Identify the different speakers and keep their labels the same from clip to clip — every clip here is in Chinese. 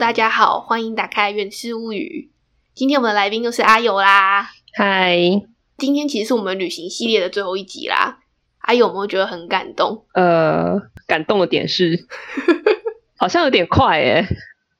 Speaker 1: 大家好，欢迎打开《远视物语》。今天我们的来宾又是阿友啦。
Speaker 2: 嗨，
Speaker 1: 今天其实是我们旅行系列的最后一集啦。阿友有没有觉得很感动？
Speaker 2: 呃，感动的 点是，好像有点快诶。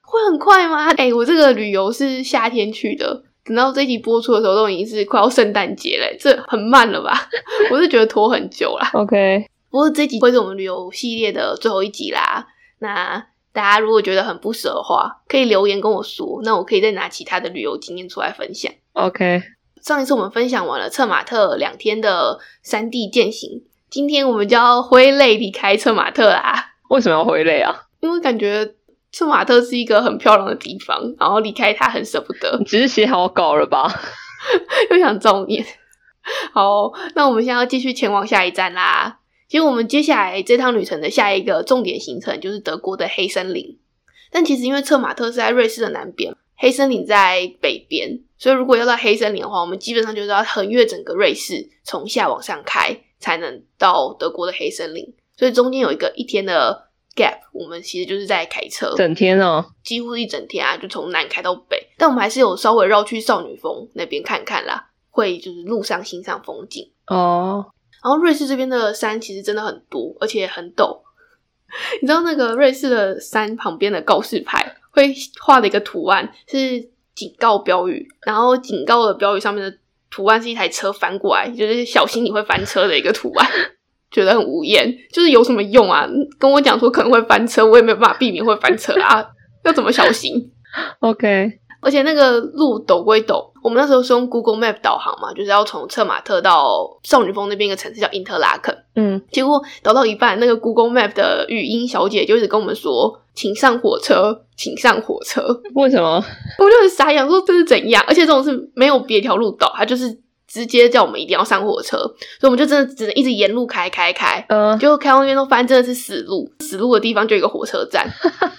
Speaker 1: 会很快吗？哎、我这个旅游是夏天去的，等到这一集播出的时候都已经是快要圣诞节了，这很慢了吧？ 我是觉得拖很久啦。
Speaker 2: OK，
Speaker 1: 不过这集会是我们旅游系列的最后一集啦。那大家如果觉得很不舍的话，可以留言跟我说，那我可以再拿其他的旅游经验出来分享。
Speaker 2: OK，
Speaker 1: 上一次我们分享完了策马特两天的山地践行，今天我们就要挥泪离开策马特啦，
Speaker 2: 为什么要回泪啊？
Speaker 1: 因为感觉策马特是一个很漂亮的地方，然后离开它很舍不得
Speaker 2: 你，只是写好稿了吧？
Speaker 1: 又想造孽。好，哦那我们现在要继续前往下一站啦。其实我们接下来这趟旅程的下一个重点行程就是德国的黑森林，但其实因为策马特是在瑞士的南边，黑森林在北边，所以如果要到黑森林的话，我们基本上就是要横越整个瑞士，从下往上开才能到德国的黑森林，所以中间有一个一天的 gap，我们其实就是在开车。
Speaker 2: 整天哦，
Speaker 1: 几乎一整天啊，就从南开到北。但我们还是有稍微绕去少女峰那边看看啦，会就是路上欣赏风景。
Speaker 2: 哦，
Speaker 1: 然后瑞士这边的山其实真的很多，而且很陡。 你知道那个瑞士的山旁边的告示牌会画的一个图案是警告标语，然后警告的标语上面的图案是一台车翻过来，就是小心你会翻车的一个图案。 觉得很无言，就是有什么用啊？跟我讲说可能会翻车，我也没有办法避免会翻车啊，要怎么小心？
Speaker 2: ，OK，
Speaker 1: 而且那个路陡归陡，我们那时候是用 Google Map 导航嘛，就是要从策马特到少女峰那边一个城市叫因特拉肯。
Speaker 2: 嗯，
Speaker 1: 结果导到一半，那个 Google Map 的语音小姐就一直跟我们说：“请上火车，请上火车。”
Speaker 2: 为什么？
Speaker 1: 我就很傻眼，说这是怎样？而且这种是没有别条路导，他就是直接叫我们一定要上火车，所以我们就真的只能一直沿路开开开。
Speaker 2: 呃，
Speaker 1: 结果开到那边都发现真的是死路，死路的地方就有一个火车站，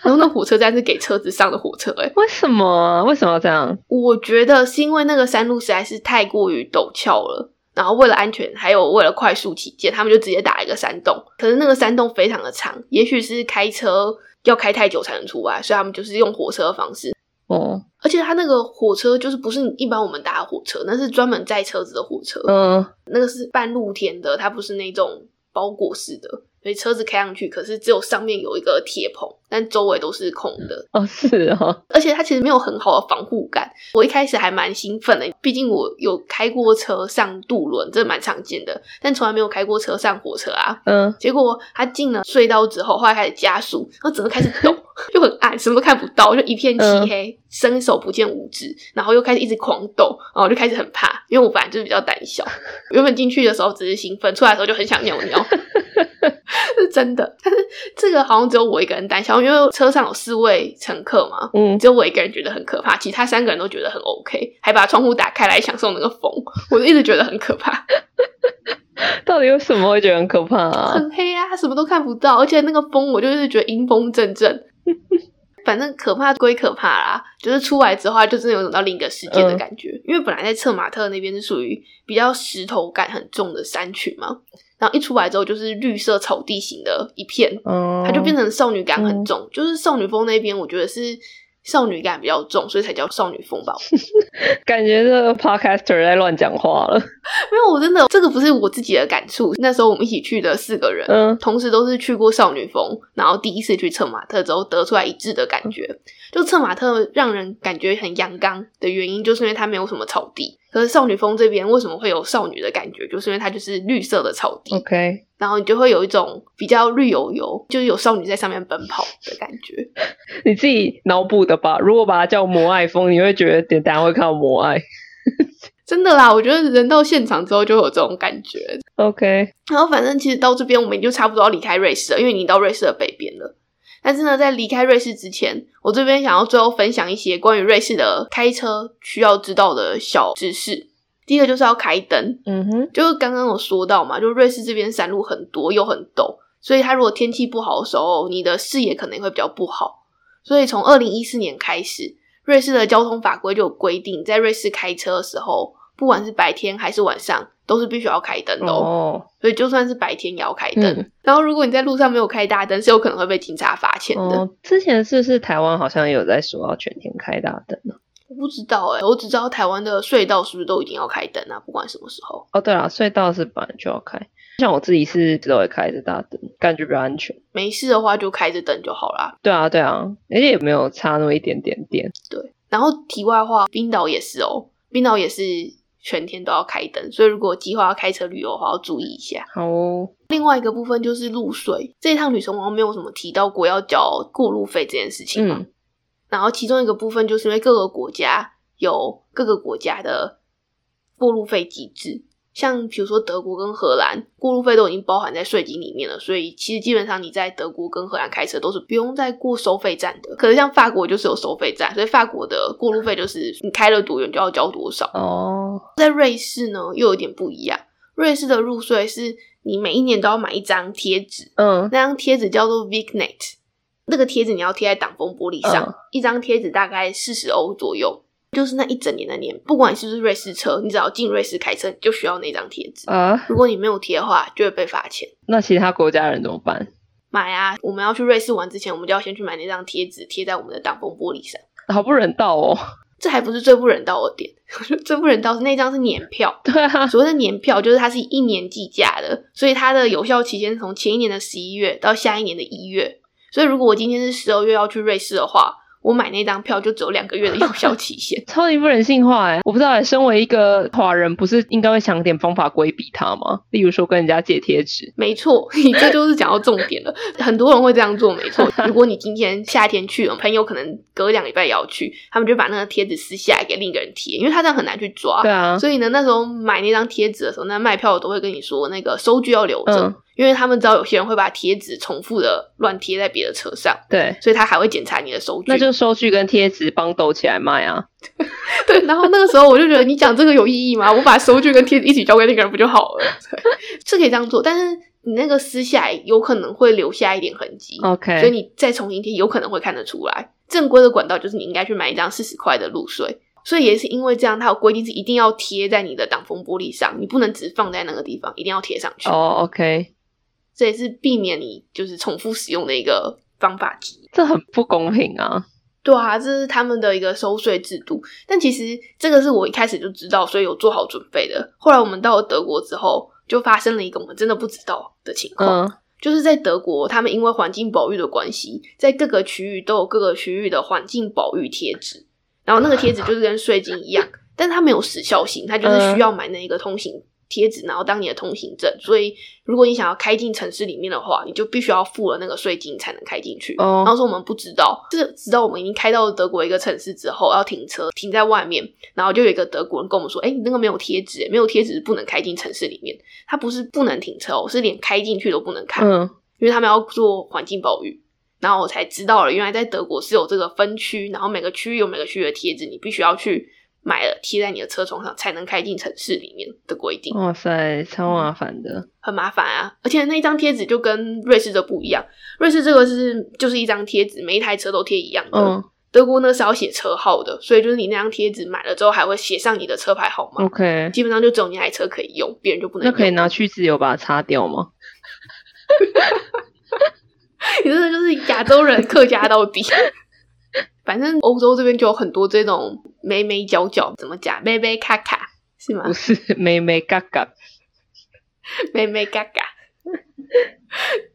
Speaker 1: 然后那火车站是给车子上的火车、欸，
Speaker 2: 为什么啊？为什么要这样？
Speaker 1: 我觉得是因为那个山路实在是太过于陡峭了，然后为了安全，还有为了快速起见，他们就直接打了一个山洞。可是那个山洞非常的长，也许是开车要开太久才能出来，所以他们就是用火车的方式。
Speaker 2: 哦，
Speaker 1: 而且它那个火车就是不是你一般我们搭的火车，那是专门载车子的火车，
Speaker 2: 嗯、
Speaker 1: 那个是半露天的，它不是那种包裹式的，所以车子开上去，可是只有上面有一个铁棚，但周围都是空的。
Speaker 2: 哦，是哦，
Speaker 1: 而且它其实没有很好的防护感。我一开始还蛮兴奋的，毕竟我有开过车上渡轮，这蛮常见的，但从来没有开过车上火车啊。
Speaker 2: 嗯、
Speaker 1: 结果它进了隧道之后，后来开始加速，然后整个开始抖，又很暗，什么都看不到，就一片漆黑，伸手不见五指，然后又开始一直狂抖，然后我就开始很怕，因为我本来就是比较胆小。原本进去的时候只是兴奋，出来的时候就很想尿尿， 是真的。但是这个好像只有我一个人胆小，因为车上有四位乘客嘛，
Speaker 2: 嗯，
Speaker 1: 只有我一个人觉得很可怕，其他三个人都觉得很 OK，还把窗户打开来享受那个风，我就一直觉得很可怕，
Speaker 2: 到底为什么会觉得很可怕啊？
Speaker 1: 很黑啊，什么都看不到，而且那个风我就是觉得阴风阵阵。 反正可怕归可怕啦，就是出来之后它就真的有种到另一个世界的感觉。因为本来在策马特那边是属于比较石头感很重的山区嘛，然后一出来之后就是绿色草地型的一片，
Speaker 2: 嗯，
Speaker 1: 它就变成少女感很重，就是少女风那边我觉得是少女感比较重，所以才叫少女风吧。
Speaker 2: 感觉这个 podcaster 在乱讲话了。
Speaker 1: 没有，我真的这个不是我自己的感触。那时候我们一起去的四个人，
Speaker 2: 嗯
Speaker 1: 同时都是去过少女峰，然后第一次去策马特之后得出来一致的感觉，就策马特让人感觉很阳刚的原因，就是因为它没有什么草地。可是少女峰这边为什么会有少女的感觉，就是因为它就是绿色的草地，
Speaker 2: ，OK，
Speaker 1: 然后你就会有一种比较绿油油，就是有少女在上面奔跑的感觉。
Speaker 2: 你自己脑补的吧。如果把它叫摩爱风，你会觉得等等下会看到摩爱。
Speaker 1: 真的啦，我觉得人到现场之后就会有这种感觉，
Speaker 2: OK，
Speaker 1: 然后反正其实到这边我们就差不多要离开瑞士了，因为你到瑞士的北边了。但是呢，在离开瑞士之前，我这边想要最后分享一些关于瑞士的开车需要知道的小知识。第一个就是要开灯，
Speaker 2: 嗯哼，
Speaker 1: 就是刚刚有说到嘛，就瑞士这边山路很多又很陡，所以它如果天气不好的时候，你的视野可能会比较不好。所以从二零一四年开始，瑞士的交通法规就有规定，在瑞士开车的时候，不管是白天还是晚上，都是必须要开灯的、哦，
Speaker 2: 哦，
Speaker 1: 所以就算是白天也要开灯。
Speaker 2: 嗯
Speaker 1: 然后如果你在路上没有开大灯，是有可能会被警察罚钱的。
Speaker 2: 哦，之前是不是台湾好像有在说要全天开大灯呢？
Speaker 1: 我不知道哎、我只知道台湾的隧道是不是都一定要开灯啊？不管什么时候。
Speaker 2: 哦，对了，隧道是本来就要开，像我自己是都会开着大灯，感觉比较安全。
Speaker 1: 没事的话就开着灯就好啦。
Speaker 2: 对啊，对啊，而且也没有差那么一点点电。
Speaker 1: 对，然后题外话，冰岛也是哦，冰岛也是全天都要开灯，所以如果计划要开车旅游的话，要注意一下。
Speaker 2: 好哦，
Speaker 1: 另外一个部分就是路税，这一趟旅程好像没有什么提到过要缴过路费这件事情嘛。
Speaker 2: 嗯
Speaker 1: 然后其中一个部分就是因为各个国家有各个国家的过路费机制，像比如说德国跟荷兰，过路费都已经包含在税金里面了，所以其实基本上你在德国跟荷兰开车都是不用再过收费站的。可是像法国就是有收费站，所以法国的过路费就是你开了多远就要交多少。
Speaker 2: 哦，
Speaker 1: 在瑞士呢又有点不一样，瑞士的入税是你每一年都要买一张贴纸，
Speaker 2: 嗯，
Speaker 1: 那张贴纸叫做 Vignet，那个贴纸你要贴在挡风玻璃上，
Speaker 2: 嗯
Speaker 1: 一张贴纸大概四十欧左右，就是那一整年的年，不管你是不是瑞士车，你只要进瑞士开车，你就需要那张贴纸。
Speaker 2: 啊，
Speaker 1: 如果你没有贴的话，就会被罚钱。
Speaker 2: 那其他国家人怎么办？
Speaker 1: 买啊！我们要去瑞士玩之前，我们就要先去买那张贴纸，贴在我们的挡风玻璃上。
Speaker 2: 好不人道哦。
Speaker 1: 这还不是最不人道的点， 我觉得最不人道是那张是年票，
Speaker 2: 对啊，。
Speaker 1: 所谓的年票就是它是一年计价的，所以它的有效期间是从前一年的十一月到下一年的一月。所以如果我今天是十二月要去瑞士的话，我买那张票就只有两个月的有效期限
Speaker 2: 超级不人性化哎！我不知道哎，身为一个华人，不是应该会想点方法规避它吗？例如说跟人家借贴纸，
Speaker 1: 没错，你这就是讲到重点了。很多人会这样做，没错。如果你今天夏天去了，朋友可能隔两礼拜也要去，他们就把那个贴纸撕下来给另一个人贴，因为他这样很难去抓。
Speaker 2: 对啊，
Speaker 1: 所以呢，那时候买那张贴纸的时候，那卖票的都会跟你说，那个收据要留着，
Speaker 2: 嗯
Speaker 1: 因为他们知道有些人会把贴纸重复的乱贴在别的车 上，
Speaker 2: 对，
Speaker 1: 所以他还会检查你的收据。
Speaker 2: 那就收据跟贴纸帮斗起来卖啊。
Speaker 1: 对。然后那个时候我就觉得，你讲这个有意义吗？我把收据跟贴纸一起交给那个人不就好了？ 对，是可以这样做，但是你那个撕下来有可能会留下一点痕迹。
Speaker 2: OK，
Speaker 1: 嗯所以你再重新贴，有可能会看得出来。正规的管道就是你应该去买一张四十块的入税，所以也是因为这样，它有规定是一定要贴在你的挡风玻璃上，你不能只放在那个地方，一定要贴上去。
Speaker 2: 哦，OK，
Speaker 1: 这也是避免你就是重复使用的一个方法之一。
Speaker 2: 这很不公平啊。
Speaker 1: 对啊，这是他们的一个收税制度。但其实这个是我一开始就知道，所以有做好准备的。后来我们到了德国之后，就发生了一个我们真的不知道的情况。
Speaker 2: 嗯，
Speaker 1: 就是在德国，他们因为环境保育的关系，在各个区域都有各个区域的环境保育贴纸，然后那个贴纸就是跟税金一样，但它没有时效性，它就是需要买那一个通行贴纸，然后当你的通行证。所以，如果你想要开进城市里面的话，你就必须要付了那个税金才能开进去。
Speaker 2: 哦
Speaker 1: 然后说我们不知道，这直到我们已经开到德国一个城市之后，要停车停在外面，然后就有一个德国人跟我们说：“哎，你那个没有贴纸，没有贴纸是不能开进城市里面。他不是不能停车哦，是连开进去都不能开。”
Speaker 2: 嗯，
Speaker 1: 因为他们要做环境保育，然后我才知道了，原来在德国是有这个分区，然后每个区域有每个区域的贴纸，你必须要去买了贴在你的车窗上才能开进城市里面的规定，
Speaker 2: 哇塞，超麻烦的。
Speaker 1: 很麻烦啊。而且那一张贴纸就跟瑞士的不一样，瑞士这个是就是一张贴纸，每一台车都贴一样的。
Speaker 2: 嗯
Speaker 1: 德国呢是要写车号的，所以就是你那张贴纸买了之后还会写上你的车牌
Speaker 2: 嗯
Speaker 1: 号码，
Speaker 2: ，OK，
Speaker 1: 基本上就只有你那台车可以用，别人就不能
Speaker 2: 那
Speaker 1: 用。
Speaker 2: 可以拿去自由把它擦掉吗？
Speaker 1: 你真的就是 亚洲人客家到底。 反正欧洲这边就有很多这种眉眉角角，怎么讲？眉眉卡卡是吗
Speaker 2: 不？是， 妹妹嘎嘎。
Speaker 1: 眉眉嘎嘎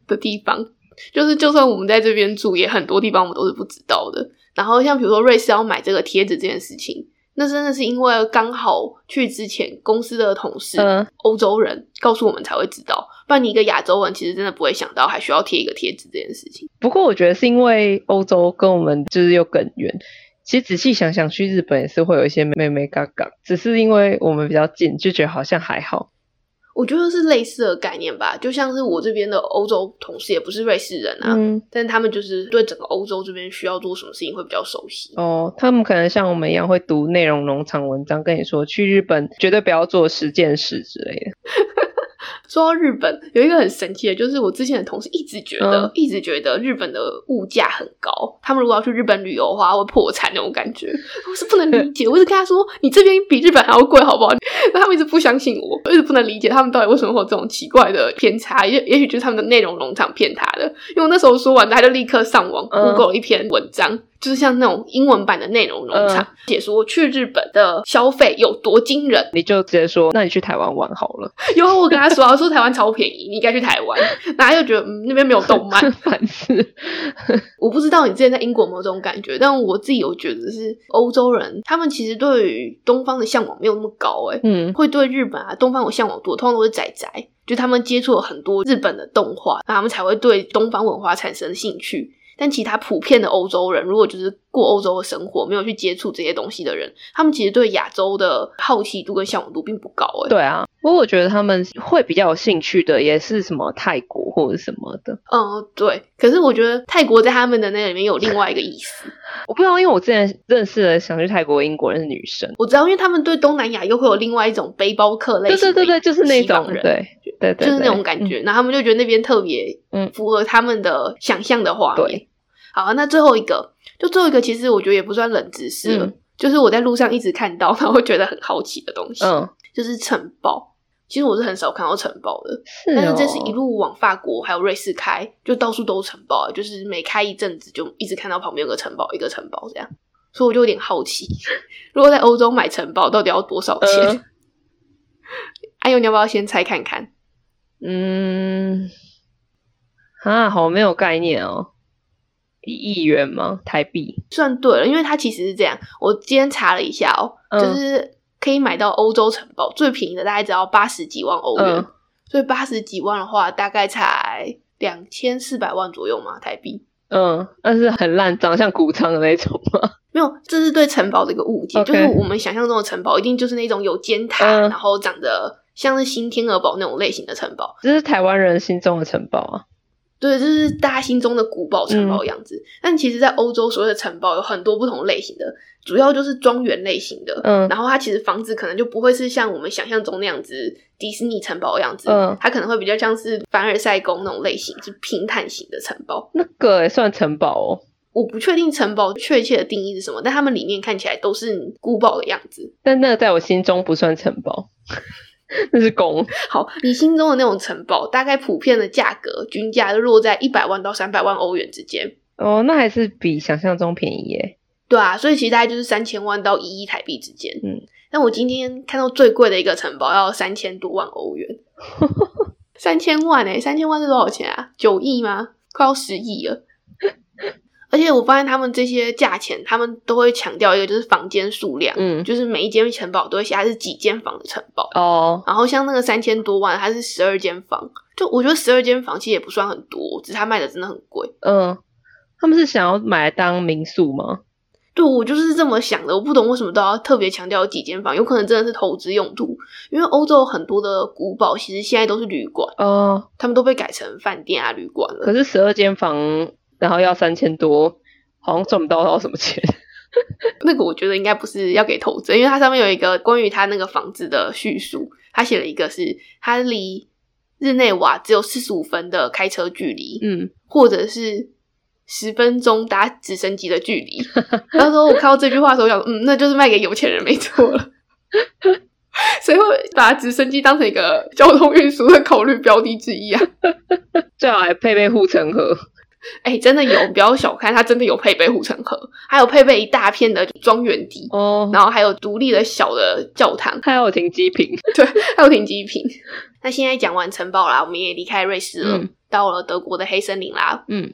Speaker 1: 的地方，就是就算我们在这边住，也很多地方我们都是不知道的。然后像比如说瑞士要买这个贴纸这件事情，那真的是因为刚好去之前公司的同事
Speaker 2: 嗯，
Speaker 1: 欧洲人告诉我们才会知道，不然你一个亚洲人其实真的不会想到还需要贴一个贴纸这件事情。
Speaker 2: 不过我觉得是因为欧洲跟我们就是又更远。其实仔细想想，去日本也是会有一些妹妹嘎嘎，只是因为我们比较近，就觉得好像还好。
Speaker 1: 我觉得是类似的概念吧，就像是我这边的欧洲同事也不是瑞士人啊，
Speaker 2: 嗯，
Speaker 1: 但他们就是对整个欧洲这边需要做什么事情会比较熟悉。
Speaker 2: 哦，他们可能像我们一样会读内容农场文章，跟你说去日本绝对不要做十件事之类的。
Speaker 1: 说到日本，有一个很神奇的，就是我之前的同事一直觉得，
Speaker 2: 嗯
Speaker 1: 一直觉得日本的物价很高，他们如果要去日本旅游的话，会破产那种感 觉。我是不能理解，我一直跟他说，你这边比日本还要贵，好不好？ 但他们一直不相信我，我一直不能理解他们到底为什么会有这种奇怪的偏差。也也许就是他们的内容农场骗他的，因为我那时候说完，他就立刻上网
Speaker 2: 嗯
Speaker 1: Google 了一篇文章，就是像那种英文版的内容农
Speaker 2: 嗯
Speaker 1: 场，解说去日本的消费有多惊人。
Speaker 2: 你就直接说，那你去台湾玩好了，
Speaker 1: 有我跟他说，我说台湾超便宜，你应该去台湾。然后他就觉得、嗯、那边没有动 漫。
Speaker 2: 反思。
Speaker 1: 我不知道你之前在英国有没有这种感觉，但我自己有觉得是欧洲人，他们其实对于东方的向往没有那么高、欸，
Speaker 2: 嗯，
Speaker 1: 会对日本啊、东方有向往多，通常都是仔仔，就他们接触了很多日本的动画，那他们才会对东方文化产生兴趣。但其他普遍的欧洲人，如果就是过欧洲的生活，没有去接触这些东西的人，他们其实对亚洲的好奇度跟向往度并不高、欸。
Speaker 2: 对啊。不过我觉得他们会比较有兴趣的，也是什么泰国或者什么的。
Speaker 1: 嗯，对。可是我觉得泰国在他们的那里面有另外一个意思，
Speaker 2: 我不知道，因为我之前认识了想去泰国的英国人的女生，
Speaker 1: 我知道，因为他们对东南亚又会有另外一种背包客类
Speaker 2: 对
Speaker 1: 型的
Speaker 2: 对对对，就是那
Speaker 1: 西方
Speaker 2: 种，
Speaker 1: 人，
Speaker 2: 对对对对，
Speaker 1: 就是那种感
Speaker 2: 嗯。
Speaker 1: 觉。然后他们就觉得那边特别
Speaker 2: 嗯
Speaker 1: 符合他们的想象的画面。
Speaker 2: 对，
Speaker 1: 好，啊那最后一个，就最后一个，其实我觉得也不算冷知识了，
Speaker 2: 嗯
Speaker 1: 就是我在路上一直看到，然后觉得很好奇的东西，
Speaker 2: 嗯，
Speaker 1: 就是城堡。其实我是很少看到城堡的，
Speaker 2: 是、哦。
Speaker 1: 但是这是一路往法国还有瑞士开，就到处都是城堡，欸就是每开一阵子就一直看到旁边有个城堡，一个城堡这样，所以我就有点好奇， 如果在欧洲买城堡到底要多少钱？
Speaker 2: 呃
Speaker 1: 哎呦，你要不要先猜看看？
Speaker 2: 嗯，啊，好没有概念哦。一亿元吗？台币？
Speaker 1: 算对了，因为它其实是这样，我今天查了一下哦，
Speaker 2: 嗯
Speaker 1: 就是可以买到欧洲城堡最便宜的大概只要八十几万欧元，
Speaker 2: 嗯
Speaker 1: 所以八十几万的话大概才两千四百万左右嘛台币。
Speaker 2: 嗯，但是很烂，长得像谷仓的那种 吗？
Speaker 1: 没有，这是对城堡的一个误解
Speaker 2: OK
Speaker 1: 就是我们想象中的城堡一定就是那种有尖塔，
Speaker 2: 嗯
Speaker 1: 然后长得像是新天鹅堡那种类型的城堡。
Speaker 2: 这是台湾人心中的城堡啊。
Speaker 1: 对，这是大家心中的古堡
Speaker 2: 嗯
Speaker 1: 城堡的样子。但其实，在欧洲所谓的城堡有很多不同类型的，主要就是庄园类型的。
Speaker 2: 嗯
Speaker 1: 然后它其实房子可能就不会是像我们想象中那样子迪士尼城堡的样子，
Speaker 2: 嗯
Speaker 1: 它可能会比较像是凡尔赛宫那种类型，就平坦型的城堡。
Speaker 2: 那个也算城堡哦，
Speaker 1: 我不确定城堡确切的定义是什么，但它们里面看起来都是古堡的样子。
Speaker 2: 但那个在我心中不算城堡， 那是宫。
Speaker 1: 好，你心中的那种城堡，大概普遍的价格均价就落在一百万到三百万欧元之间。
Speaker 2: 哦，那还是比想象中便宜耶。
Speaker 1: 对啊，所以其实大概就是三千万到一亿台币之间。
Speaker 2: 嗯，
Speaker 1: 但我今天看到最贵的一个城堡要三千多万欧 元，三千万哎、三千万是多少钱啊？九亿吗？快要十亿了。而且我发现他们这些价钱，他们都会强调一个，就是房间数量，
Speaker 2: 嗯，
Speaker 1: 就是每一间城堡都会写它是几间房的城堡。
Speaker 2: 哦，
Speaker 1: 然后像那个三千多万，它是十二间房，就我觉得十二间房其实也不算很多，只是它卖的真的很贵。
Speaker 2: 嗯，他们是想要买来当民宿吗？
Speaker 1: 对我就是这么想的，我不懂为什么都要特别强调有几间房，有可能真的是投资用途，因为欧洲有很多的古堡其实现在都是旅馆，
Speaker 2: 哦，
Speaker 1: 他们都被改成饭店啊旅馆了
Speaker 2: 可。是十二间房，然后要三千多，好像赚不到到什么钱。
Speaker 1: 那个我觉得应该不是要给投资人，因为它上面有一个关于它那个房子的叙述，它写了一个是它离日内瓦只有四十五分的开车距离，
Speaker 2: 嗯，
Speaker 1: 或者是十分钟搭直升机的距离。 那时候我看到这句话的时候，我想，嗯，那就是卖给有钱人没错了。 谁会把直升机当成一个交通运输的考虑标的之一啊？
Speaker 2: 最好还配备护城河。
Speaker 1: 哎、真的有，不要小看它，真的有配备护城河，还有配备一大片的庄园地，
Speaker 2: 哦，
Speaker 1: 然后还有独立的小的教堂，
Speaker 2: 还有停机坪。
Speaker 1: 还有停机坪。那现在讲完城堡啦，我们也离开瑞士了，
Speaker 2: 嗯
Speaker 1: 到了德国的黑森林啦。
Speaker 2: 嗯，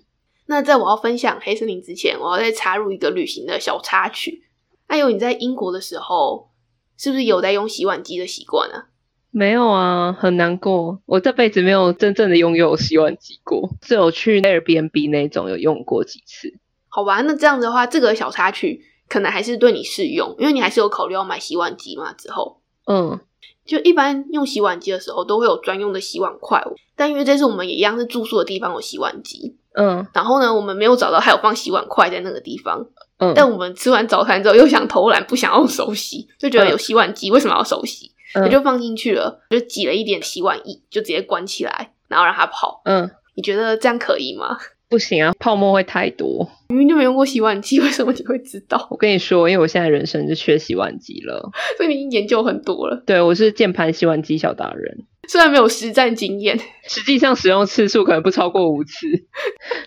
Speaker 1: 那在我要分享黑森林之前，我要再插入一个旅行的小插曲。哎呦，你在英国的时候，是不是有在用洗碗机的习惯啊？
Speaker 2: 没有啊，很难过。我这辈子没有真正的拥有洗碗机过，只有去 Airbnb 那种有用过几次。
Speaker 1: 好吧，那这样子的话，这个小插曲可能还是对你适用，因为你还是有考虑要买洗碗机嘛。之后，
Speaker 2: 嗯，
Speaker 1: 就一般用洗碗机的时候，都会有专用的洗碗筷，哦但因为这次我们也一样是住宿的地方有洗碗机，
Speaker 2: 嗯
Speaker 1: 然后呢，我们没有找到还有放洗碗筷在那个地方，
Speaker 2: 嗯，
Speaker 1: 但我们吃完早餐之后又想偷懒，不想用手洗，就觉得
Speaker 2: 嗯
Speaker 1: 有洗碗机为什么要手洗？
Speaker 2: 嗯
Speaker 1: 我就放进去了，我就挤了一点洗碗液，就直接关起来，然后让它泡。
Speaker 2: 嗯，
Speaker 1: 你觉得这样可以吗？
Speaker 2: 不行啊，泡沫会太多。
Speaker 1: 明明就没用过洗碗机，为什么你会知道？
Speaker 2: 我跟你说，因为我现在人生就缺洗碗机了。
Speaker 1: 所以你已经研究很多了，
Speaker 2: 对我是键盘洗碗机小达人，
Speaker 1: 虽然没有实战经验，
Speaker 2: 实际上使用次数可能不超过五次。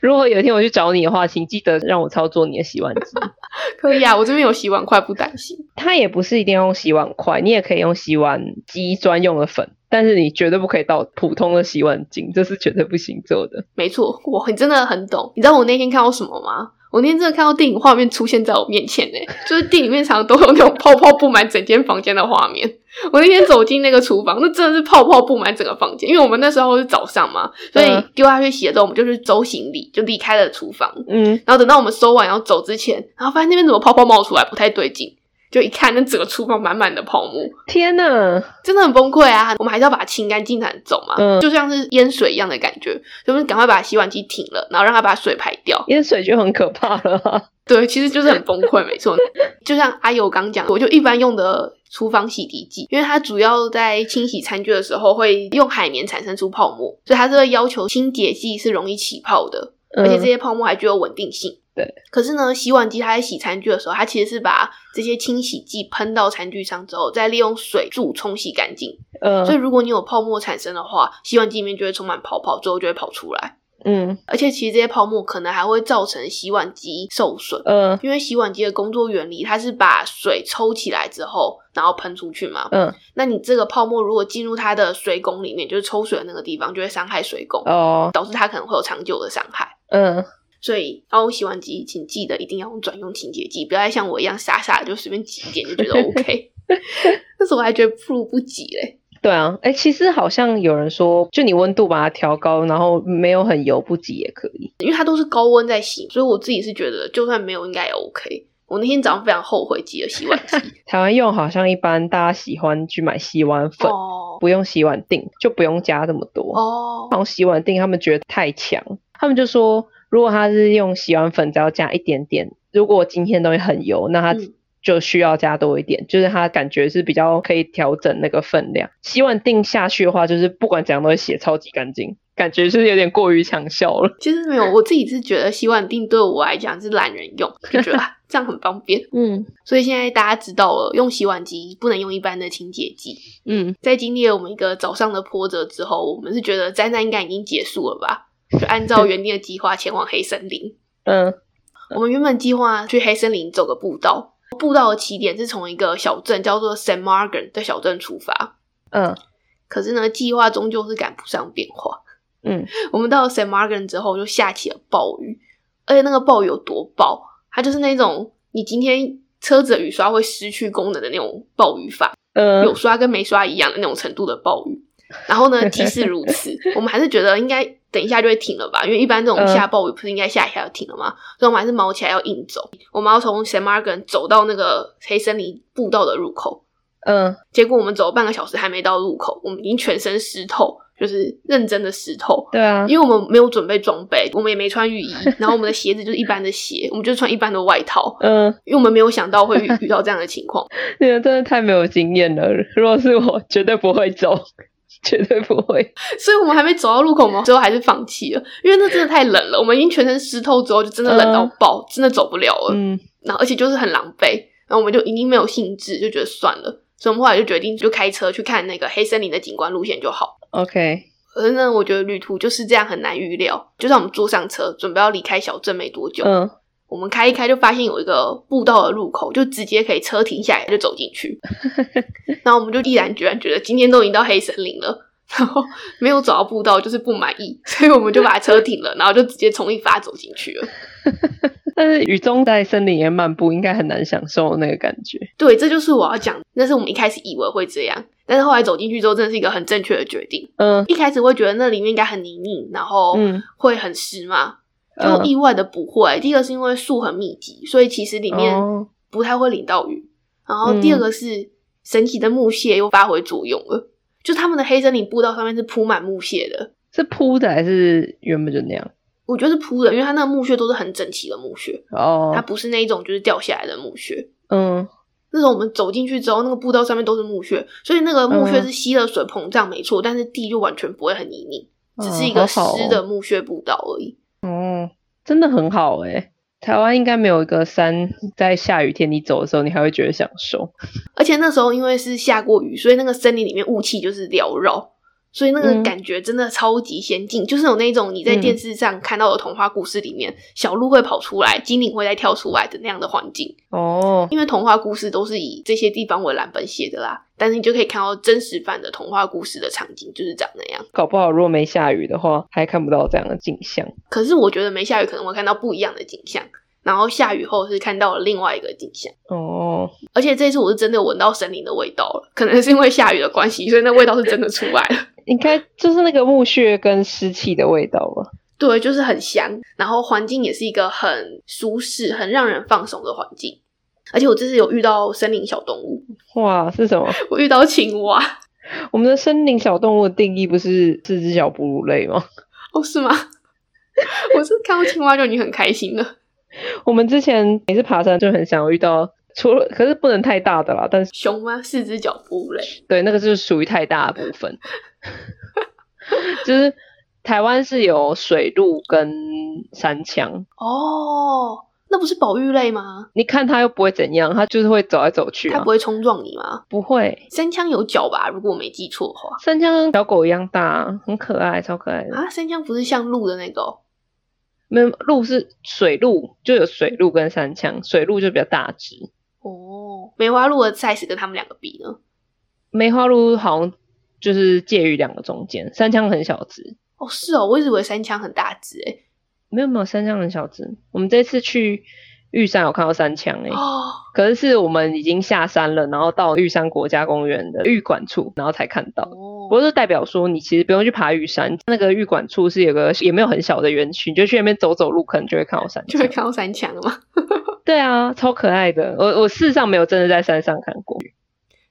Speaker 2: 如果有一天我去找你的话，请记得让我操作你的洗碗机。
Speaker 1: 可以啊，我这边有洗碗筷，不担心。
Speaker 2: 它也不是一定要用洗碗筷，你也可以用洗碗机专用的粉，但是你绝对不可以倒普通的洗碗巾，这是绝对不行做的。
Speaker 1: 没错，哇，你真的很懂。你知道我那天看到什么吗？我那天真的看到电影画面出现在我面前呢，欸 就是电影里面常常都有那种泡泡布满整间房间的画面。我那天走进那个厨房，那真的是泡泡布满整个房间，因为我们那时候是早上嘛，所以
Speaker 2: 嗯
Speaker 1: 丢下去洗了之后，我们就去收行李，就离开了厨房。
Speaker 2: 嗯，
Speaker 1: 然后等到我们收完要走之前，然后发现那边怎么泡泡冒出来，不太对劲，就一看那整个厨房满满的泡沫，
Speaker 2: 天呐，
Speaker 1: 真的很崩溃啊！我们还是要把它清干净才能走嘛，
Speaker 2: 嗯
Speaker 1: 就像是淹水一样的感觉，所以我们赶快把洗碗机停了，然后让它把水排掉。
Speaker 2: 淹水就很可怕了啊、
Speaker 1: 对，其实就是很崩 溃，没错。就像阿友刚讲，我就一般用的厨房洗涤剂，因为它主要在清洗餐具的时候会用海绵产生出泡沫，所以它这个要求清洁剂是容易起泡的。而且这
Speaker 2: 嗯，
Speaker 1: 些泡沫还具有稳定性。
Speaker 2: 对，
Speaker 1: 可是呢，洗碗机它在洗餐具的时候，它其实是把这些清洗剂喷到餐具上之后，再利用水柱冲洗干净。所以
Speaker 2: 嗯
Speaker 1: 如果你有泡沫产生的话，洗碗机里面就会充满泡泡，最后就会跑出来。
Speaker 2: 嗯
Speaker 1: 而且其实这些泡沫可能还会造成洗碗机受损，
Speaker 2: 嗯
Speaker 1: 因为洗碗机的工作原理它是把水抽起来之后，然后喷出去嘛。
Speaker 2: 嗯，
Speaker 1: 那你这个泡沫如果进入它的水孔里面，就是抽水的那个地方，就会伤害水孔，
Speaker 2: 哦，
Speaker 1: 导致它可能会有长久的伤害。
Speaker 2: 嗯，
Speaker 1: 所以要用洗碗机，请记得一定要用转用清洁剂，不要再像我一样傻傻的就随便挤一点就觉得 OK。那时候我还觉得不如不挤嘞，
Speaker 2: 对啊，哎，其实好像有人说，就你温度把它调高，然后没有很油不挤也可以。
Speaker 1: 因为它都是高温在洗，所以我自己是觉得就算没有应该也 OK。我那天早上非常后悔挤了洗碗机
Speaker 2: 台湾用好像一般大家喜欢去买洗碗粉，
Speaker 1: 哦
Speaker 2: 不用洗碗锭，就不用加这么多。
Speaker 1: 哦，
Speaker 2: 好像洗碗锭他们觉得太强，他们就说如果他是用洗碗粉，只要加一点点，如果今天东西很油，那他
Speaker 1: 嗯
Speaker 2: 就需要加多一点，就是他感觉是比较可以调整那个分量。洗碗锭下去的话，就是不管怎样都会洗得超级干净，感觉是有点过于强效了。
Speaker 1: 其实没有，我自己是觉得洗碗锭对我来讲是懒人用，就觉得、啊、这样很方便。
Speaker 2: 嗯
Speaker 1: 所以现在大家知道了，用洗碗机不能用一般的清洁剂，
Speaker 2: 嗯，
Speaker 1: 在经历了我们一个早上的波折之后，我们是觉得灾难应该已经结束了吧？就按照原定的计划前往黑森林。
Speaker 2: 嗯
Speaker 1: 我们原本计划去黑森林走个步道，步道的起点是从一个小镇叫做 San Margan 的小镇出发。
Speaker 2: 嗯
Speaker 1: 可是呢，计划终究是赶不上变化。
Speaker 2: 嗯，
Speaker 1: 我们到了 San Margan 之后，就下起了暴雨，而且那个暴雨有多暴，它就是那种你今天车子的雨刷会失去功能的那种暴雨法。有
Speaker 2: 嗯，
Speaker 1: 刷跟没刷一样的那种程度的暴雨。然后 呢，即使如此，我们还是觉得应该等一下就会停了吧，因为一般这种
Speaker 2: 嗯
Speaker 1: 下暴雨不是应该下一下就停了吗？所以我们还是毛起来要硬走，我们要从 San Margan 走到那个黑森林步道的入口。
Speaker 2: 嗯
Speaker 1: 结果我们走了半个小时还没到入口，我们已经全身湿透，就是认真的湿透。
Speaker 2: 对啊，
Speaker 1: 因为我们没有准备装备，我们也没穿 浴衣，然后我们的鞋子就是一般的鞋，我们就穿一般的外套，
Speaker 2: 嗯，
Speaker 1: 因为我们没有想到会遇遇到这样的情况。
Speaker 2: 你们真的太没有经验了。如果是我，绝对不会走， 绝对不会。
Speaker 1: 所以我们还没走到路口，我们最后还是放弃了，因为那真的太冷了。我们已经全身湿透之后，就真的冷到爆，真的走不了了。
Speaker 2: 嗯
Speaker 1: 然后而且就是很狼狈，然后我们就已经没有兴致，就觉得算了。所以我们后来就决定就开车去看那个黑森林的景观路线就好。
Speaker 2: ，OK，
Speaker 1: 可是呢，我觉得旅途就是这样很难预料。就算我们坐上车，准备要离开小镇没多久，
Speaker 2: 嗯。
Speaker 1: 我们开一开就发现有一个步道的入口，就直接可以车停下来就走进去。然后我们就毅然决然觉得今天都已经到黑森林了， 然后没有走到步道就是不满意， 所以我们就把车停了，然后就直接冲一发走进去了。
Speaker 2: 但是雨中在森林里面漫步，应该很难享受那个感觉。
Speaker 1: 对，这就是我要讲的，那是我们一开始以为会这样，但是后来走进去之后，真的是一个很正确的决定。
Speaker 2: 嗯
Speaker 1: 一开始会觉得那里面应该很泥泞，然后
Speaker 2: 嗯
Speaker 1: 会很湿嘛，就
Speaker 2: 嗯
Speaker 1: 意外的不会。第一个是因为树很密集，所以其实里面
Speaker 2: 哦嗯
Speaker 1: 不太会淋到雨。然后第二个是神奇的木屑又发挥作用了，就他们的黑森林步道上面是铺满木屑的，
Speaker 2: 是铺的还是原本就那样？
Speaker 1: 我觉得是铺的，因为它那个木屑都是很整齐的木屑，它
Speaker 2: 哦，
Speaker 1: 不是那一种就是掉下来的木屑。
Speaker 2: 嗯
Speaker 1: 那时候我们走进去之后，那个步道上面都是墓穴，所以那个墓穴
Speaker 2: 嗯
Speaker 1: 是吸了水膨胀没错，但是地就完全不会很泥泞，只是
Speaker 2: 嗯
Speaker 1: 一个湿
Speaker 2: 好好哦
Speaker 1: 的墓穴步道而已。
Speaker 2: 真的很好诶、台湾应该没有一个山在下雨天你走的时候你还会觉得享受。
Speaker 1: 而且那时候因为是下过雨，所以那个森林里面雾气就是缭绕，所以那个
Speaker 2: 嗯
Speaker 1: 感觉真的超级先进，就是有那种你在
Speaker 2: 嗯
Speaker 1: 电视上看到的童话故事里面，小鹿会跑出来，精灵会再跳出来的那样的环境。
Speaker 2: 哦，
Speaker 1: 因为童话故事都是以这些地方为蓝本写的啦，但是你就可以看到真实版的童话故事的场景就是长那样。
Speaker 2: 搞不好如果没下雨的话，还看不到这样的景象。
Speaker 1: 可是我觉得没下雨可能会看到不一样的景象，然后下雨后是看到了另外一个景象。
Speaker 2: 哦，
Speaker 1: 而且这一次我是真的闻到森林的味道了，可能是因为下雨的关系，所以那味道是真的出来了。
Speaker 2: 应该就是那个墓穴跟湿气的味道吧。
Speaker 1: 对，就是很香，然后环境也是一个很舒适、很让人放松的环境。而且我这次有遇到森林小动物，
Speaker 2: 哇，是 什么？
Speaker 1: 我遇到青蛙，
Speaker 2: 我们的森林小动物的定义不是四只小哺乳类吗？
Speaker 1: 哦，是吗？ 我是看到青蛙就已经很开心了，
Speaker 2: 我们之前每次爬山就很想遇到，除了可是不能太大的啦，但是
Speaker 1: 熊吗？四只脚哺乳类，
Speaker 2: 对那个就是属于太大的部 分，就是台湾是有水鹿跟山羌，
Speaker 1: 哦，那不是保育类吗？
Speaker 2: 你看它又不会怎样，它就是会走来走去、啊，
Speaker 1: 它不会冲撞你吗？
Speaker 2: 不会。
Speaker 1: 三枪有脚吧？如果我没记错的话，
Speaker 2: 山羌跟小狗一样大啊，很可爱，超可爱的。
Speaker 1: 啊，三枪不是像鹿的那个、哦，
Speaker 2: 没有鹿是水鹿，就有水鹿跟山羌，水鹿就比较大只，
Speaker 1: 哦，梅花鹿的 size 跟它们两个比呢？
Speaker 2: 梅花鹿好像就是介于两个中间，山羌很小只，
Speaker 1: 哦，是哦，我一直以为三枪很大只欸诶、
Speaker 2: 没有没有，山羌很小只。我们这次去玉山有看到山羌哎、
Speaker 1: 哦，
Speaker 2: 可是是我们已经下山了，然后到玉山国家公园的玉管处，然后才看到。
Speaker 1: 哦
Speaker 2: 不过这代表说你其实不用去爬玉山，那个玉管处是有个也没有很小的园区，你就去那边走走路，可能就会看到山
Speaker 1: 就会
Speaker 2: 羌。
Speaker 1: 看到三强了嘛。
Speaker 2: 对啊，超可爱的。我我事实上没有真的在山上看过。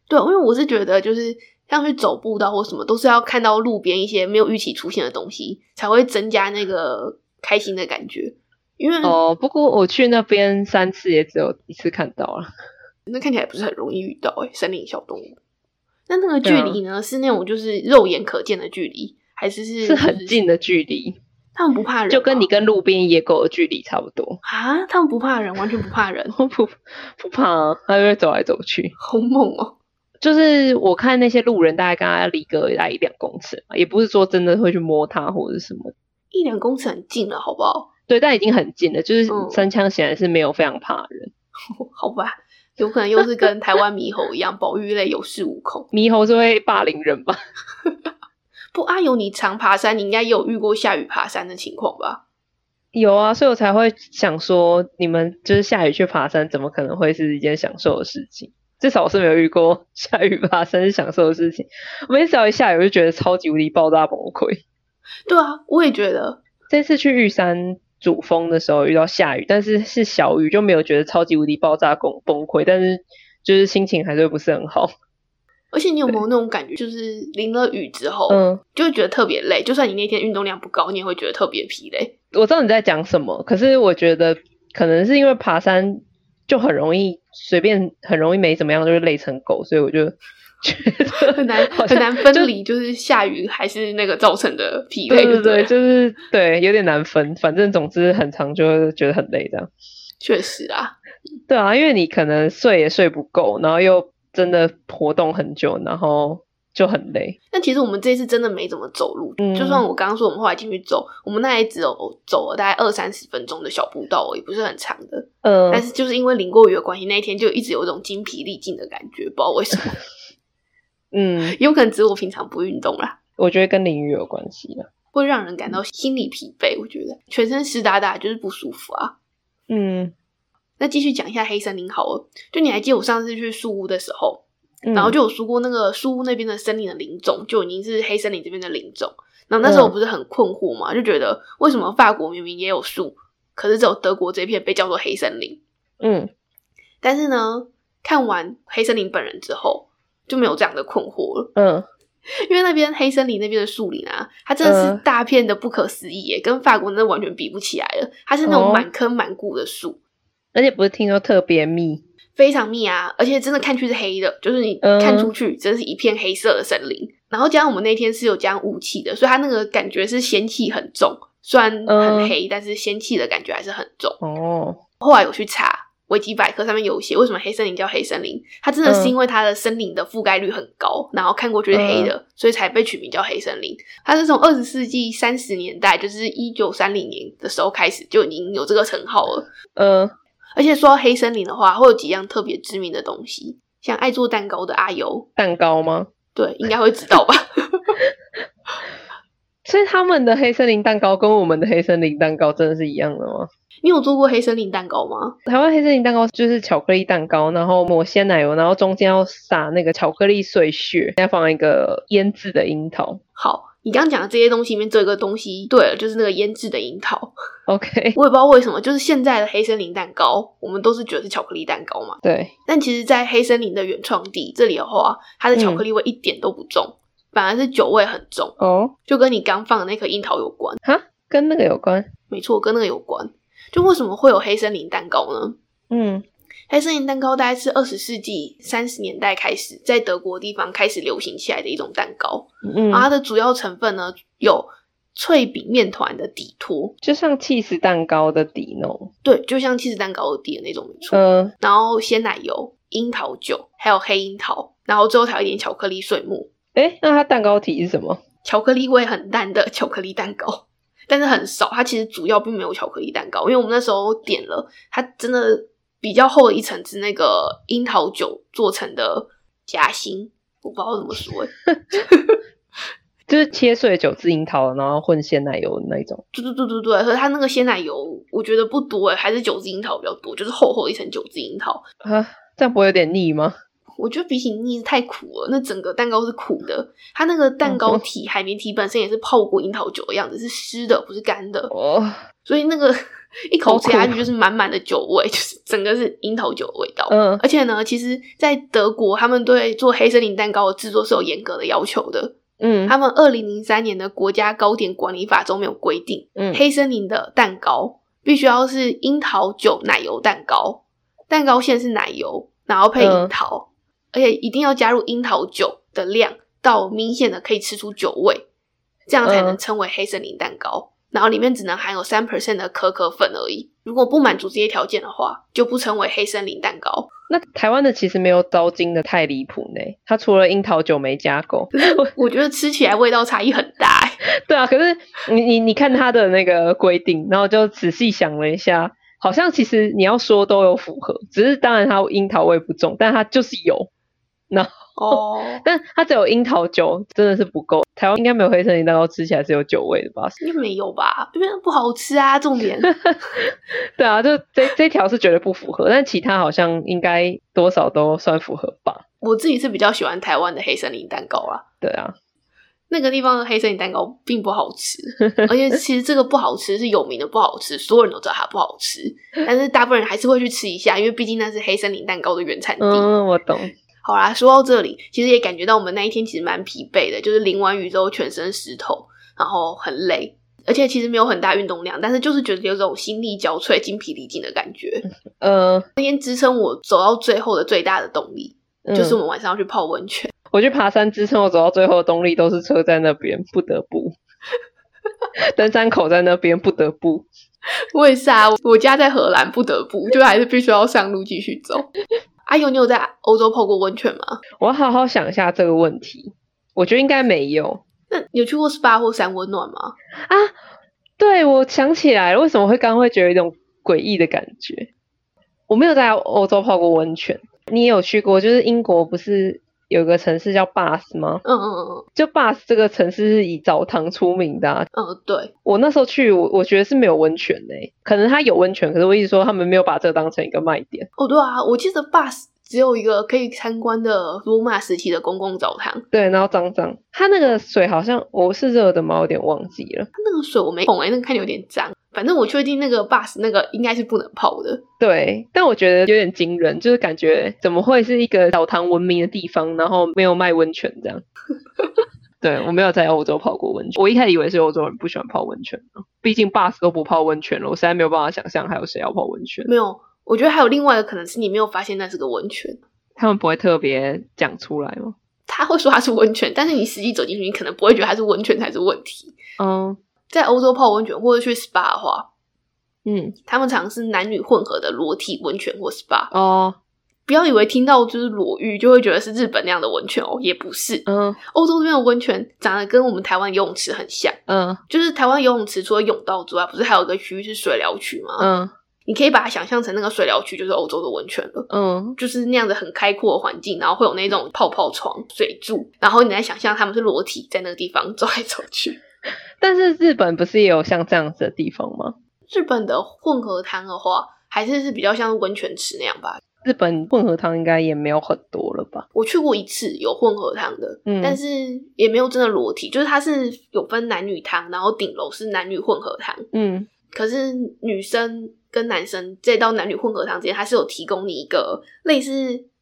Speaker 1: 对，因为我是觉得就是像去走步道或什么，都是要看到路边一些没有预期出现的东西，才会增加那个开心的感觉。因为
Speaker 2: 哦，不过我去那边三次也只有一次看到啊了。
Speaker 1: 那看起来不是很容易遇到诶、欸森林小动物。那那个距离呢？是那种就是肉眼可见的距离，还是是
Speaker 2: 是很近？的距离，
Speaker 1: 他们不怕人吗，
Speaker 2: 就跟你跟路边野狗的距离差不多。
Speaker 1: 啊，他们不怕人，完全不怕人，
Speaker 2: 我不不怕啊，它就会走来走去。
Speaker 1: 好猛哦！
Speaker 2: 就是我看那些路人，大概跟它离个来一两公尺嘛，也不是说真的会去摸它或者什么。
Speaker 1: 一两公尺很近了，好不好？
Speaker 2: 对，但已经很近了，就是
Speaker 1: 嗯
Speaker 2: 三枪显然是没有非常怕人。
Speaker 1: 好吧，有可能又是跟台湾猕猴一样，保育类有恃无恐。
Speaker 2: 猕猴是会霸凌人吧？
Speaker 1: 不，阿尤，你常爬山，你应该也有遇过下雨爬山的情况吧？
Speaker 2: 有啊，所以我才会想说，你们就是下雨去爬山，怎么可能会是一件享受的事情？至少我是没有遇过 下雨爬山是享受的事情。我每次只要一下雨，我就觉得超级无敌爆炸崩溃。
Speaker 1: 对啊，我也觉得
Speaker 2: 这次去玉山主峰的时候遇到下雨，但是是小雨，就没有觉得超级无敌爆炸崩崩溃，但是就是心情还是会不是很好。
Speaker 1: 而且你有没有那种感觉，就是淋了雨之后，
Speaker 2: 嗯，
Speaker 1: 就会觉得特别累。就算你那天运动量不高，你也会觉得特别疲 累。
Speaker 2: 我知道你在讲什么，可是我觉得可能是因为爬山就很容易随便，很容易没怎么样就会累成狗，所以我就觉得
Speaker 1: 很难
Speaker 2: 好
Speaker 1: 很
Speaker 2: 像
Speaker 1: 难
Speaker 2: 就
Speaker 1: 分离，就是下雨还是那个造成的疲累
Speaker 2: 对
Speaker 1: 就 对
Speaker 2: 对对，
Speaker 1: 了，
Speaker 2: 就是对，有点难分。反正总之很长，就会觉得很累这样。
Speaker 1: 确实啊，
Speaker 2: 对啊，因为你可能睡也睡不够，然后又真的活动很久，然后就很累。
Speaker 1: 但其实我们这次真的没怎么走路，
Speaker 2: 嗯
Speaker 1: 就算我刚刚说我们后来进去走，我们那也只有走了大概二三十分钟的小步道而已，不是很长的。
Speaker 2: 嗯、
Speaker 1: 但是就是因为淋过雨的关系，那一天就一直有一种精疲力尽的感觉，不知道为什么。
Speaker 2: 嗯，
Speaker 1: 有可能只是我平常不运动啦，
Speaker 2: 我觉得跟淋雨有关系的。
Speaker 1: 会让人感到心理疲惫。我觉得全身湿哒哒就是不舒服啊。
Speaker 2: 嗯，
Speaker 1: 那继续讲一下黑森林好了，就你还记得我上次去树屋的时候，
Speaker 2: 嗯
Speaker 1: 然后就有说过那个树屋那边的森林的林种就已经是黑森林这边的林种。然后那时候我
Speaker 2: 嗯
Speaker 1: 不是很困惑嘛，就觉得为什么法国明明也有树，可是只有德国这片被叫做黑森林。
Speaker 2: 嗯，
Speaker 1: 但是呢，看完黑森林本人之后，就没有这样的困惑了。
Speaker 2: 嗯，
Speaker 1: 因为那边黑森林那边的树林啊，它真的
Speaker 2: 嗯
Speaker 1: 是大片的不可思议耶，跟法国那完全比不起来了。它是那种
Speaker 2: 哦
Speaker 1: 满坑满谷的树，
Speaker 2: 而且不是听说特别密，
Speaker 1: 非常密啊，而且真的看去是黑的，就是你
Speaker 2: 嗯
Speaker 1: 看出去真的是一片黑色的森林。然后加上我们那天是有加雾气的，所以它那个感觉是仙气很重，虽然很
Speaker 2: 嗯
Speaker 1: 黑，但是仙气的感觉还是很重。
Speaker 2: 哦，
Speaker 1: 后来有去查维基百科上面有写，为什么黑森林叫黑森林？它真的是
Speaker 2: 嗯
Speaker 1: 因为它的森林的覆盖率很高，然后看过去是黑的，所以才被取名叫黑森林。它是从二十世纪三十年代，就是一九三零年的时候开始就已经有这个称号了。
Speaker 2: 嗯
Speaker 1: 而且说到黑森林的话，会有几样特别知名的东西，像爱做蛋糕的阿尤，
Speaker 2: 蛋糕吗？
Speaker 1: 对，应该会知道吧？
Speaker 2: 所以他们的黑森林蛋糕跟我们的黑森林蛋糕真的是一样的吗？
Speaker 1: 你有做过黑森林蛋糕吗？
Speaker 2: 台湾黑森林蛋糕就是巧克力蛋糕，然后抹鲜奶油，然后中间要撒那个巧克力碎屑，再放一个腌制的樱桃。
Speaker 1: 好，你刚刚讲的这些东西里面，这个东西对了，就是那个腌制的樱桃。
Speaker 2: OK，
Speaker 1: 我也不知道为什么，就是现在的黑森林蛋糕，我们都是觉得是巧克力蛋糕嘛。
Speaker 2: 对，
Speaker 1: 但其实，在黑森林的原创地这里的话，它的巧
Speaker 2: 嗯
Speaker 1: 克力味一点都不重，反而是酒味很重，
Speaker 2: 哦，
Speaker 1: 就跟你刚放的那颗樱桃有关。
Speaker 2: 哈，跟那个有关。
Speaker 1: 没错，跟那个有关。就为什么会有黑森林蛋糕呢？
Speaker 2: 嗯
Speaker 1: 黑森林蛋糕大概是二十世纪三十年代开始在德国地方开始流行起来的一种蛋糕，啊
Speaker 2: 嗯，
Speaker 1: 而它的主要成分呢有脆饼面团的底托，
Speaker 2: 就像 cheese 蛋糕的底浓。
Speaker 1: 对，就像气质蛋糕的底的那种没错，
Speaker 2: 嗯、
Speaker 1: 然后鲜奶油、樱桃酒，还有黑樱桃，然后最后还有一点巧克力碎末，
Speaker 2: 诶，那它蛋糕体是什么？
Speaker 1: 巧克力味很淡的巧克力蛋糕，但是很少。它其实主要并没有巧克力蛋糕，因为我们那时候点了，它真的比较厚的一层是那个樱桃酒做成的夹心，我不知道怎么说、欸，
Speaker 2: 就是切碎九支樱桃，然后混鲜奶油的那一种。
Speaker 1: 对对对对对，和它那个鲜奶油我觉得不多诶、还是九支樱桃比较多，就是厚厚一层九支樱桃。
Speaker 2: 啊，这样不会有点腻吗？
Speaker 1: 我觉得比起腻太苦了，那整个蛋糕是苦的，它那个蛋糕
Speaker 2: 嗯
Speaker 1: 体、海绵体本身也是泡过樱桃酒的样子，是湿的，不是干的。
Speaker 2: 哦，
Speaker 1: 所以那个一口吃下
Speaker 2: 好
Speaker 1: 去
Speaker 2: 苦啊
Speaker 1: 就是满满的酒味，就是 整个是樱桃酒的味道。
Speaker 2: 嗯
Speaker 1: 而且呢，其实，在德国，他们对做黑森林蛋糕的制作是有严格的要求的。
Speaker 2: 嗯
Speaker 1: 他们二零零三年的国家糕点管理法中没有规定，
Speaker 2: 嗯，
Speaker 1: 黑森林的蛋糕必须要是樱桃酒奶油蛋糕，蛋糕馅是奶油，然后配
Speaker 2: 嗯
Speaker 1: 樱桃，而且一定要加入樱桃酒的量到明显的可以吃出酒味，这样才能
Speaker 2: 嗯
Speaker 1: 称为黑森林蛋糕。然后里面只能含有三 percent 的可可粉而已。如果不满足这些条件的话，就不称为黑森林蛋糕。
Speaker 2: 那台湾的其实没有糟精的太离谱呢，它除了樱桃酒没加够。
Speaker 1: 我觉得吃起来味道差异很大、欸。
Speaker 2: 对啊，可是你你你看它的那个规定，然后就仔细想了一下，好像其实你要说都有符合，只是当然它樱桃味不重，但它就是有，
Speaker 1: 哦，
Speaker 2: 但它只有樱桃酒真的是不够。台湾应该没有黑森林蛋糕吃起来是有酒味的吧？
Speaker 1: 应该没有吧？因为不好吃啊，重 点。
Speaker 2: 对啊，就这这条是绝对不符合，但其他好像应该多少都算符合吧？
Speaker 1: 我自己是比较喜欢台湾的黑森林蛋糕啦。
Speaker 2: 对啊，
Speaker 1: 那个地方的黑森林蛋糕并不好吃， 而且其实这个不好吃是有名的不好吃，所有人都知道它不好吃，但是大部分人还是会去吃一下，因为毕竟那是黑森林蛋糕的原产地。
Speaker 2: 嗯，我懂。
Speaker 1: 好啦，说到这里，其实也感觉到我们那一天其实蛮疲惫的，就是淋完雨之后全身湿透，然后很累，而且其实没有很大运动量，但是就是觉得有种心力交瘁、精疲力尽的感觉。
Speaker 2: 呃，
Speaker 1: 那天支撑我走到最后的最大的动力，就
Speaker 2: 嗯
Speaker 1: 是我们晚上要去泡温泉。
Speaker 2: 我去爬山支撑我走到最后的动力都是车在那边，不得不。 登山口在那边，不得不。
Speaker 1: 我也是啊，我家在荷兰，不得不就还是必须要上路继续走。阿尤，你有在欧洲泡过温泉吗？
Speaker 2: 我要好好想一下这个问题。我觉得应该没有
Speaker 1: 那你有去过 SPA 或三温暖吗？
Speaker 2: 啊。对，我想起来了，为什么会刚刚会觉得有一种诡异的感觉？我没有在欧洲泡过温泉，你也有去过？就是英国不是有个城市叫 Bath 吗？
Speaker 1: 嗯嗯
Speaker 2: 就 Bath 这个城市是以澡堂出名的啊、
Speaker 1: 嗯嗯，对，
Speaker 2: 我那时候去，我我觉得是没有温泉呢、可能它有温泉，可是我一直说他们没有把这个当成一个卖点。
Speaker 1: 哦对啊，我记得 Bus 只有一个可以参观的罗马时期的公共澡堂，
Speaker 2: 对，然后脏脏，它那个水好像我是热的吗？我有点忘记了。
Speaker 1: 那个水我没懂哎、那个看起来有点脏。反正我确定那个 Bus 那个应该是不能泡的。
Speaker 2: 对，但我觉得有点惊人，就是感觉怎么会是一个澡堂闻名的地方，然后没有卖温泉这样？ 对我没有在欧洲泡过温泉，我一开始以为是欧洲人不喜欢泡温泉，毕竟 bus 都不泡温泉了，我实在没有办法想象还有谁要泡温泉。
Speaker 1: 没有，我觉得还有另外一个可能是你没有发现那是个温泉，
Speaker 2: 他们不会特别讲出来吗？
Speaker 1: 他会说它是温泉，但是你实际走进去，你可能不会觉得它是温泉才是问题。
Speaker 2: 嗯
Speaker 1: 在欧洲泡温泉或者去 SPA 的话，
Speaker 2: 嗯
Speaker 1: 他们常是男女混合的裸体温泉或 SPA。
Speaker 2: 哦
Speaker 1: 不要以为听到就是裸浴就会觉得是日本那样的温泉哦，也不是。
Speaker 2: 嗯
Speaker 1: 欧洲这边的温泉长得跟我们台湾游泳池很像，
Speaker 2: 嗯
Speaker 1: 就是台湾游泳池除了泳道之外，不是还有一个区域是水疗区吗？
Speaker 2: 嗯
Speaker 1: 你可以把它想象成那个水疗区就是欧洲的温泉了。
Speaker 2: 嗯
Speaker 1: 就是那样子很开阔的环境，然后会有那种泡泡床、水柱，然后你来想象他们是裸体在那个地方走来走去。
Speaker 2: 但是日本不是也有像这样子的地方吗？
Speaker 1: 日本的混合汤的话，还是是比较像温泉池那样吧。
Speaker 2: 日本混合汤应该也没有很多了吧？
Speaker 1: 我去过一次有混合汤的，
Speaker 2: 嗯
Speaker 1: 但是也没有真的裸体，就是它是有分男女汤，然后顶楼是男女混合汤，
Speaker 2: 嗯
Speaker 1: 可是女生跟男生这道男女混合汤之间，它是有提供你一个类似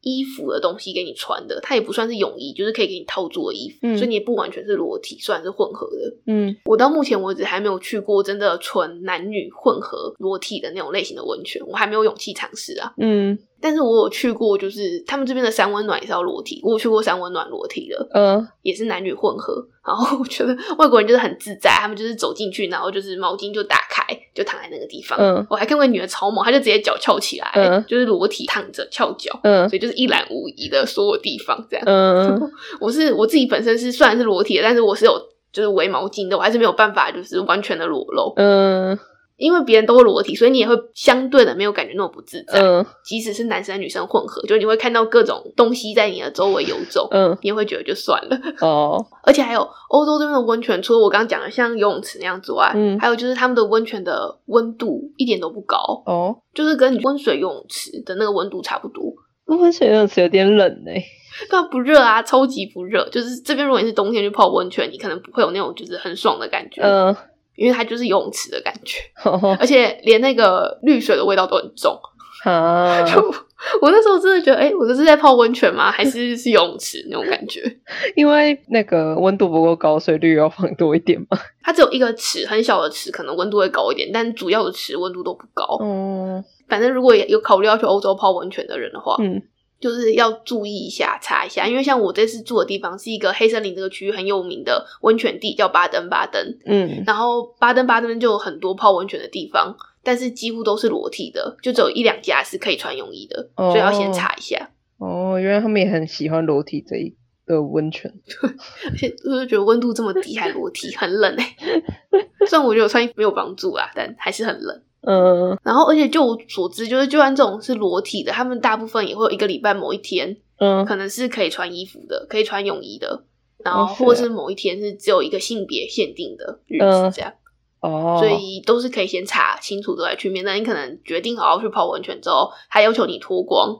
Speaker 1: 衣服的东西给你穿的，它也不算是泳衣，就是可以给你套住的衣服，
Speaker 2: 嗯
Speaker 1: 所以你也不完全是裸体，虽然是混合的。
Speaker 2: 嗯
Speaker 1: 我到目前为止还没有去过真的纯男女混合裸体的那种类型的温泉，我还没有勇气尝试啊。
Speaker 2: 嗯
Speaker 1: 但是我有去过，就是他们这边的三温暖也是要裸体，我有去过三温暖裸体的，
Speaker 2: 呃
Speaker 1: 也是男女混合。然后我觉得外国人就是很自在，他们就是走进去，然后就是毛巾就打开，就躺在那个地方。
Speaker 2: 嗯
Speaker 1: 我还看过一个女的超猛，她就直接脚翘起来，
Speaker 2: 嗯
Speaker 1: 就是裸体躺着翘脚，
Speaker 2: 嗯
Speaker 1: 所以就是一览无遗的所有地方这样。
Speaker 2: 嗯
Speaker 1: 我是我自己本身是虽然是裸体的，但是我是有就是围毛巾的，我还是没有办法就是完全的裸露，
Speaker 2: 嗯
Speaker 1: 因为别人都会裸体，所以你也会相对的没有感觉那么不自在。
Speaker 2: 嗯
Speaker 1: 即使是男生女生混合，就是你会看到各种东西在你的周围游走，
Speaker 2: 嗯
Speaker 1: 你也会觉得就算了。
Speaker 2: 哦
Speaker 1: 而且还有欧洲这边的温泉，除了我刚刚讲的像游泳池那样之外，
Speaker 2: 嗯
Speaker 1: 还有就是他们的温泉的温度一点都不高，
Speaker 2: 哦，
Speaker 1: 就是跟温水游泳池的那个温度差不多。
Speaker 2: 那温泉游泳池有点冷呢、
Speaker 1: 对啊，不热啊，超级不热。就是这边如果你是冬天去泡温泉，你可能不会有那种就是很爽的感觉，
Speaker 2: 嗯、
Speaker 1: 因为它就是游泳池的感觉，
Speaker 2: 哦
Speaker 1: 而且连那个绿水的味道都很重。
Speaker 2: 啊，
Speaker 1: 就我那时候真的觉得，哎、我这是在泡温泉吗？还是是游泳池那种感觉？
Speaker 2: 因为那个温度不够高，所以绿要放多一点嘛。
Speaker 1: 它只有一个池，很小的池，可能温度会高一点，但主要的池温度都不高。
Speaker 2: 嗯
Speaker 1: 反正如果有考虑要去欧洲泡温泉的人的话，
Speaker 2: 嗯
Speaker 1: 就是要注意一下，查一下，因为像我这次住的地方是一个黑森林这个区域很有名的温泉地，叫巴登巴登。
Speaker 2: 嗯
Speaker 1: 然后巴登巴登就有很多泡温泉的地方，但是几乎都是裸体的，就只有一两家是可以穿泳衣的，
Speaker 2: 哦
Speaker 1: 所以要先查一下。
Speaker 2: 哦，原来他们也很喜欢裸体这一个温泉。
Speaker 1: 而且就是觉得温度这么低还裸体，很冷哎、虽然我觉得我穿衣服没有帮助啦，但还是很冷。
Speaker 2: 嗯
Speaker 1: 然后而且就我所知，就是就算这种是裸体的，他们大部分也会有一个礼拜某一天
Speaker 2: 嗯
Speaker 1: 可能是可以穿衣服的，可以穿泳衣的，然后
Speaker 2: 哦是啊
Speaker 1: 或是某一天是只有一个性别限定的日
Speaker 2: 嗯
Speaker 1: 子这样，
Speaker 2: 哦，
Speaker 1: 所以都是可以先查清楚再去面。那你可能决定好要去泡温泉之后，他要求你脱光，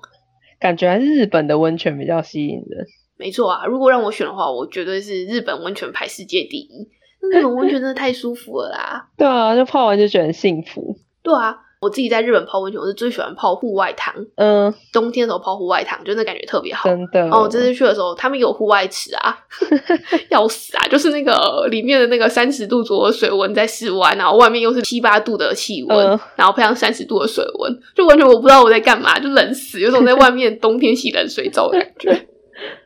Speaker 2: 感觉还是日本的温泉比较吸引人。
Speaker 1: 没错啊。如果让我选的话，我绝对是日本温泉排世界第一。那日本温泉真的太舒服了啦，
Speaker 2: 对啊，就泡完就觉得很幸福。
Speaker 1: 对啊。我自己在日本泡温泉，我是最喜欢泡户外汤。
Speaker 2: 嗯，
Speaker 1: 冬天的时候泡户外汤，就那感觉特别好。
Speaker 2: 真的。
Speaker 1: 哦，这次去的时候，他们有户外池 啊， 要死啊！就是那个里面的那个三十度左右的水温在室外，然后外面又是七八度的气温，
Speaker 2: 嗯
Speaker 1: 然后配上三十度的水温，就完全我不知道我在干嘛，就冷死，有种在外 面冬天洗冷水澡的感觉，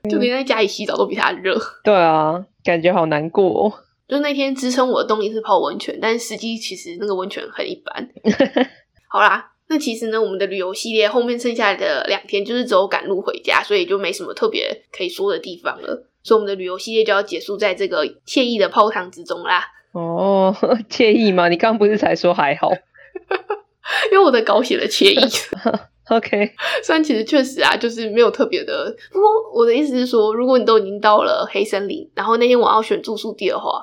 Speaker 1: 就连在家里洗澡都比它热。
Speaker 2: 对啊，感觉好难过、哦。
Speaker 1: 就那天支撑我的动力是泡温泉，但实际其实那个温泉很一般。好啦。那其实呢，我们的旅游系列后面剩下的两天就是只有赶路回家，所以就没什么特别可以说的地方了。所以我们的旅游系列就要结束在这个惬意的泡汤之中啦。
Speaker 2: 哦， 惬意吗？你刚不是才说还好
Speaker 1: 因为我的稿写了惬意，
Speaker 2: ？OK，
Speaker 1: 虽然其实确实啊，就是没有特别的。不过我的意思是说，如果你都已经到了黑森林，然后那天我要选住宿地的话，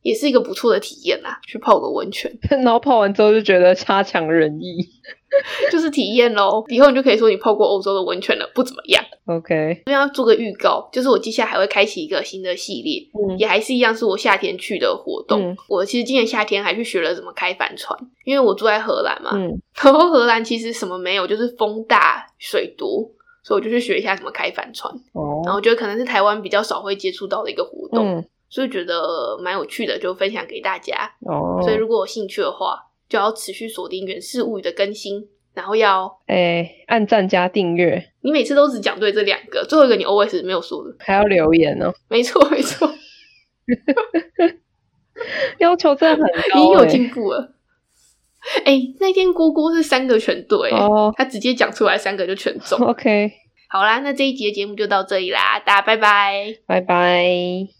Speaker 1: 也是一个不错的体验啦，去泡个温泉。
Speaker 2: 然后泡完之后就觉得差强人意。
Speaker 1: 就是体验喽。以后你就可以说你泡过欧洲的温泉了，不怎么样。
Speaker 2: OK，
Speaker 1: 这边要做个预告，就是我接下来还会开启一个新的系列，
Speaker 2: 嗯
Speaker 1: 也还是一样是我夏天去的活动。
Speaker 2: 嗯
Speaker 1: 我其实今年夏天还去学了怎么开帆船，因为我住在荷兰嘛，
Speaker 2: 嗯
Speaker 1: 然后荷兰其实什么没有，就是风大水多。所以我就去学一下怎么开帆船，然
Speaker 2: 哦
Speaker 1: 后我觉得可能是台湾比较少会接触到的一个活动，
Speaker 2: 嗯
Speaker 1: 所以觉得蛮有趣的，就分享给大家。
Speaker 2: 哦，
Speaker 1: 所以如果有兴趣的话，就要持续锁定《源氏物语》的更新。然后要
Speaker 2: 哎，按赞加订阅，
Speaker 1: 你每次都只讲对这两个，最后一个你 always 没有说的。
Speaker 2: 还要留言哦，
Speaker 1: 没错，没错，
Speaker 2: 要求真的很
Speaker 1: 已经
Speaker 2: 高、欸。
Speaker 1: 有进步了。哎、那天姑姑是三个全对、
Speaker 2: 哦
Speaker 1: 她直接讲出来三个就全 中。
Speaker 2: OK，
Speaker 1: 好啦，那这一集的节目就到这里啦，大家拜拜。
Speaker 2: 拜拜。